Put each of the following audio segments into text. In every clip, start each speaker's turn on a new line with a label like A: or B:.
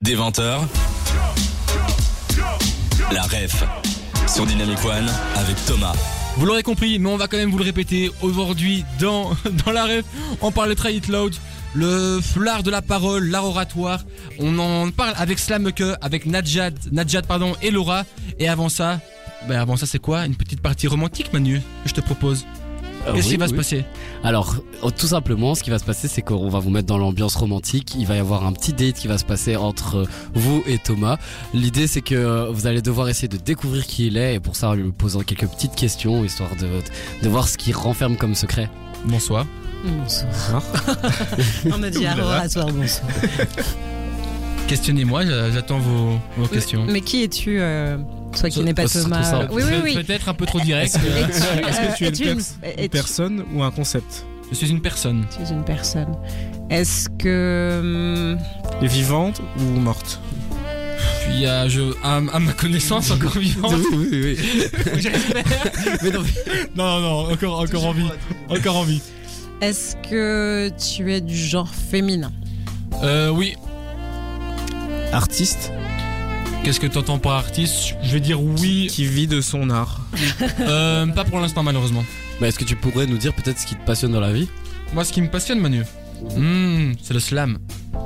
A: Des 20h, la ref sur Dynamic One avec Thomas.
B: Vous l'aurez compris, mais on va quand même vous le répéter. Aujourd'hui, dans, dans la ref, on parle de Try It Loud, le l'art de la parole, l'art oratoire. On en parle avec Slamuke, avec Nadjad, Nadjad pardon, et Laura. Et avant ça, ben avant ça, c'est quoi Une petite partie romantique, Manu, que je te propose.
C: Euh,
B: Qu'est-ce
C: oui,
B: qui va
C: oui.
B: se passer
C: Alors, euh, tout simplement, ce qui va se passer, c'est qu'on va vous mettre dans l'ambiance romantique. Il va y avoir un petit date qui va se passer entre euh, vous et Thomas. L'idée, c'est que euh, vous allez devoir essayer de découvrir qui il est, et pour ça, en lui posant quelques petites questions, histoire de, de voir ce qu'il renferme comme secret.
B: Bonsoir.
D: Bonsoir. On a dit
B: Ouh là
D: un
B: là.
D: oratoire, bonsoir.
B: Questionnez-moi, j'a- j'attends vos, vos questions.
D: Mais qui es-tu, euh, toi qui
C: Ce-
D: n'es pas
C: ce sera
D: Thomas
C: tout ça.
D: euh, Oui, oui,
B: Peut-
D: oui.
B: Peut-être un peu trop direct. euh,
D: Es-tu, euh,
E: tu es une
D: es-tu
E: Une
D: es-tu-
E: personne ou un concept
B: je suis une personne.
D: tu es une personne. Est-ce que. hum,
E: Vivante ou morte
B: Puis il y a, je, à, à ma connaissance, encore vivante.
C: oui, oui.
B: J'espère. non, non, non, encore, encore en vie. Encore en vie.
D: Est-ce que tu es du genre féminin
B: Euh, oui.
E: Artiste
B: Qu'est-ce que t'entends par artiste Je vais dire oui.
E: qui vit de son art.
B: Euh, pas pour l'instant, malheureusement.
C: Mais est-ce que tu pourrais nous dire peut-être ce qui te passionne dans la vie
B: Moi, ce qui me passionne, Manu, hmm, c'est le slam.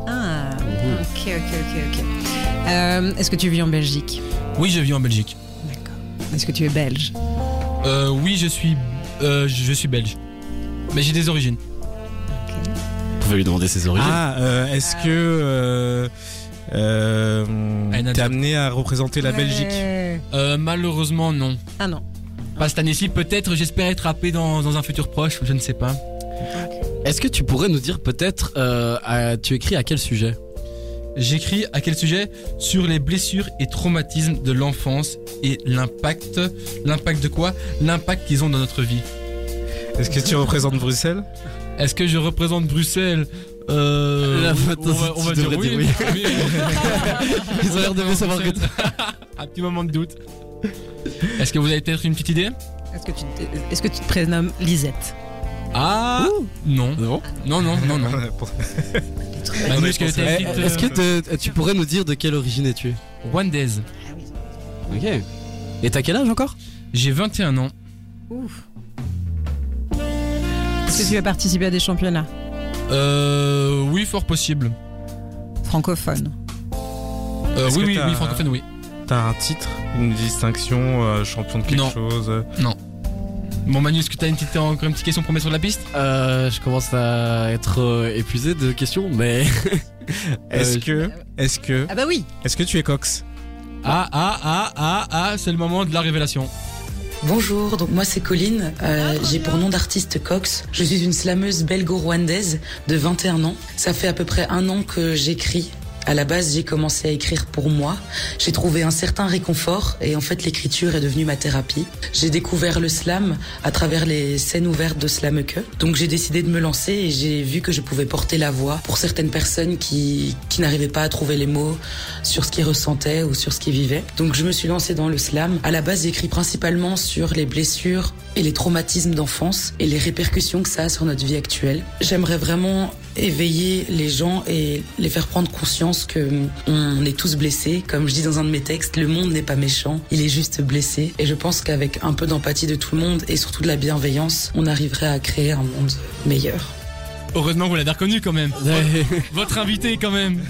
D: Ah,
C: Mhm.
D: ok, ok, ok, ok. Euh, Est-ce que tu vis en Belgique
B: Oui, je vis en Belgique.
D: D'accord. Est-ce que tu es belge
B: Euh, oui, je suis, euh, je je suis belge. Mais j'ai des origines.
C: Vous pouvez lui demander ses origines.
E: Ah, euh, est-ce que euh, euh,
B: Ah, une
E: t'es amené à représenter la
D: Ouais.
E: Belgique
B: Euh, malheureusement, non.
D: Ah non.
B: Pas cette année-ci, peut-être, j'espère être rappé dans, dans un futur proche, je ne sais pas.
C: Est-ce que tu pourrais nous dire peut-être, euh, à- tu écris à quel sujet
B: J'écris à quel sujet Sur les blessures et traumatismes de l'enfance et l'impact. L'impact de quoi L'impact qu'ils ont dans notre vie.
E: Est-ce que tu représentes Bruxelles
B: Est-ce que je représente Bruxelles Euh,
C: La
B: oui,
C: photo,
B: on va,
C: tu
B: on va dire
C: devrais
B: oui.
C: dire oui. Ils ont l'air de bien savoir que
B: Un petit moment de doute. Est-ce que vous avez peut-être une petite idée
D: Est-ce que, tu te- est-ce que tu te prénommes Lisette
B: Ah Non.
C: Non.
B: Non, non, non, non. Manu,
E: mais
B: est-ce que
E: je
B: t'as
E: pensais-
B: une petite,
C: Est-ce que
B: euh,
C: te- tu pourrais nous dire de quelle origine es-tu
B: Rwandaise.
C: Ok. Et t'as quel âge encore
B: J'ai 21 ans.
D: Ouf. Est-ce que tu as participé à des championnats
B: Euh. Oui, fort possible.
D: francophones
B: Euh,
E: Est-ce
B: oui,
E: que
B: oui,
E: t'as-
B: oui, francophone, oui.
E: T'as un titre, une distinction, euh, champion de quelque
B: Non. Euh,
E: chose
B: Bon, Manu, est-ce que t'as une petite, encore une petite question pour me mettre sur la piste
C: Euh, je commence à être euh, épuisé de questions, mais.
E: Est-ce
C: Euh,
E: que, est-ce que,
D: Ah bah oui
E: est-ce que tu es Cox
B: Ah, ah, ah, ah, ah, c'est le moment de la révélation.
F: Bonjour, donc moi c'est Colline, euh, j'ai pour nom d'artiste Cox. Je suis une slameuse belgo-rwandaise de 21 ans. Ça fait à peu près un an que j'écris. À la base, j'ai commencé à écrire pour moi. J'ai trouvé un certain réconfort et en fait l'écriture est devenue ma thérapie. J'ai découvert le slam à travers les scènes ouvertes de Slameke. Donc j'ai décidé de me lancer et j'ai vu que je pouvais porter la voix pour certaines personnes qui, qui n'arrivaient pas à trouver les mots sur ce qu'ils ressentaient ou sur ce qu'ils vivaient. Donc je me suis lancée dans le slam. À la base, j'écris principalement sur les blessures et les traumatismes d'enfance et les répercussions que ça a sur notre vie actuelle. J'aimerais vraiment éveiller les gens et les faire prendre conscience que hum, on est tous blessés. Comme je dis dans un de mes textes, le monde n'est pas méchant, il est juste blessé. Et je pense qu'avec un peu d'empathie de tout le monde et surtout de la bienveillance, on arriverait à créer un monde meilleur.
B: Heureusement que vous l'avez reconnu quand même. Votre invité quand même.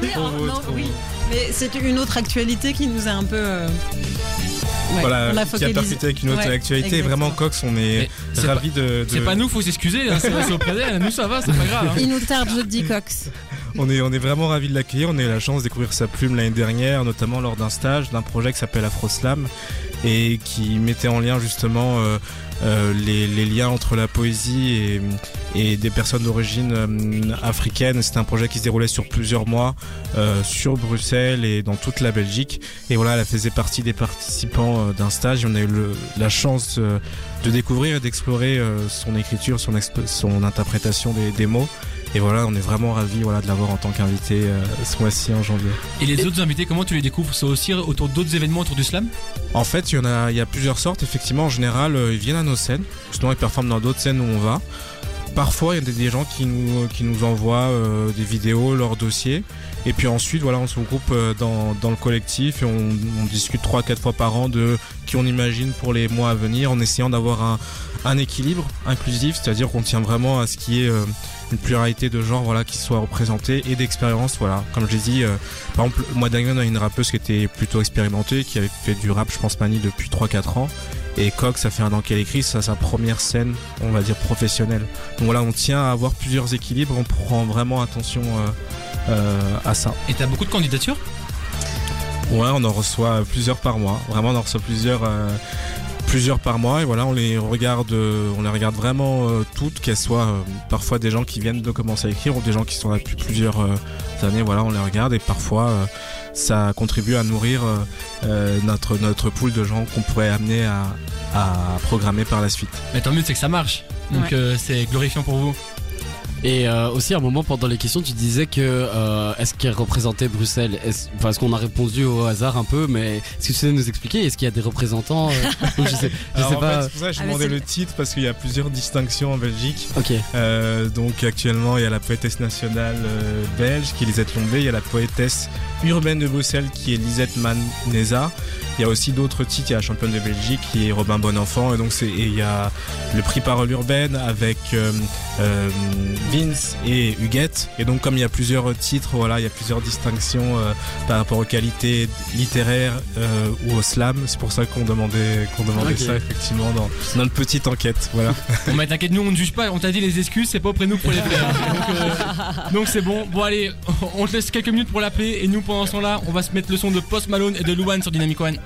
D: Oui,
E: Trop
D: en-
E: beau,
D: non,
E: trop
D: oui.
E: beau.
D: Mais c'est une autre actualité qui nous a un peu. euh, ouais, on
E: Voilà,
D: l'a
E: qui a
D: focalisé.
E: percuté avec une autre
D: Ouais,
E: actualité.
D: exactement.
E: Vraiment Cox, on est
B: Mais c'est
E: ravi de. de-
B: C'est pas nous, faut s'excuser, hein, c'est c'est auprès d'elle. Nous, ça va, c'est pas grave. hein.
D: Il nous tarde jeudi, Cox.
E: On est, on est vraiment ravis de l'accueillir. On a eu la chance de découvrir sa plume l'année dernière, notamment lors d'un stage, d'un projet qui s'appelle Afroslam et qui mettait en lien justement euh, euh, les, les liens entre la poésie et, et des personnes d'origine euh, africaine. C'était un projet qui se déroulait sur plusieurs mois euh, sur Bruxelles et dans toute la Belgique. Et voilà, elle faisait partie des participants euh, d'un stage. Et on a eu le- la chance euh, de découvrir et d'explorer euh, son écriture, son, exp- son interprétation des- des mots. Et voilà, on est vraiment ravis voilà, de l'avoir en tant qu'invité euh, ce mois-ci en janvier.
B: Et les autres invités, comment tu les découvres C'est aussi autour d'autres événements autour du slam
E: En fait, il y en a, il y a plusieurs sortes. Effectivement, en général, euh, ils viennent à nos scènes. Sinon, ils performent dans d'autres scènes où on va. parfois, il y a des- des gens qui nous, qui nous envoient euh, des vidéos, leurs dossiers. Et puis ensuite, voilà, on se regroupe euh, dans, dans le collectif et on, on discute 3-4 fois par an de qui on imagine pour les mois à venir en essayant d'avoir un, un équilibre inclusif, c'est-à-dire qu'on tient vraiment à ce qu'il y ait euh, une pluralité de genres voilà, qui soit représentée et d'expériences. Voilà. Comme je l'ai dit, euh, par exemple, moi dernier, on a une rappeuse qui était plutôt expérimentée, qui avait fait du rap, je pense, Mani depuis 3-4 ans. Et Coq, ça fait un an qu'elle écrit, ça sa première scène, on va dire professionnelle. Donc voilà, on tient à avoir plusieurs équilibres, on prend vraiment attention euh, euh, à ça.
B: Et t'as beaucoup de candidatures
E: Ouais, on en reçoit plusieurs par mois. Vraiment, on en reçoit plusieurs, euh, plusieurs par mois. Et voilà, on les regarde, euh, on les regarde vraiment euh, toutes, qu'elles soient euh, parfois des gens qui viennent de commencer à écrire ou des gens qui sont là depuis plusieurs euh, années. Voilà, on les regarde et parfois euh, ça contribue à nourrir euh, euh, notre notre pool de gens qu'on pourrait amener à, à programmer par la suite.
B: Mais tant mieux, c'est que ça marche. Donc
D: Ouais.
B: euh, c'est glorifiant pour vous.
C: Et euh, aussi, à un moment pendant les questions, tu disais que euh, est-ce qu'elle représentait Bruxelles est-ce, enfin, est-ce qu'on a répondu au hasard un peu, mais est-ce que tu sais nous expliquer Est-ce qu'il y a des représentants euh, Je sais, je sais pas.
E: c'est pour ça que
D: je Ah, mais demandais c'est- le
E: titre parce qu'il y a plusieurs distinctions en Belgique.
C: Ok.
E: Euh, donc actuellement, il y a la poétesse nationale euh, belge qui est Lisette Lombé, il y a la poétesse urbaine de Bruxelles qui est Lisette Manesa. Il y a aussi d'autres titres, il y a la championne de Belgique qui est Robin Bonenfant et donc c'est et il y a le prix Parole urbaine avec euh, euh, Vince et Huguette. Et donc comme il y a plusieurs titres, voilà, il y a plusieurs distinctions euh, par rapport aux qualités littéraires euh, ou au slam. C'est pour ça qu'on demandait qu'on demandait
C: Ok.
E: ça effectivement dans dans notre petite enquête. Voilà.
B: Bon, mais t'inquiète, nous on ne juge pas, on t'a dit les excuses, c'est pas auprès de nous pour les faire. Donc, euh, donc c'est bon. Bon, allez, on te laisse quelques minutes pour l'appeler et nous pendant ce temps-là, on va se mettre le son de Post Malone et de Luan sur Dynamic One.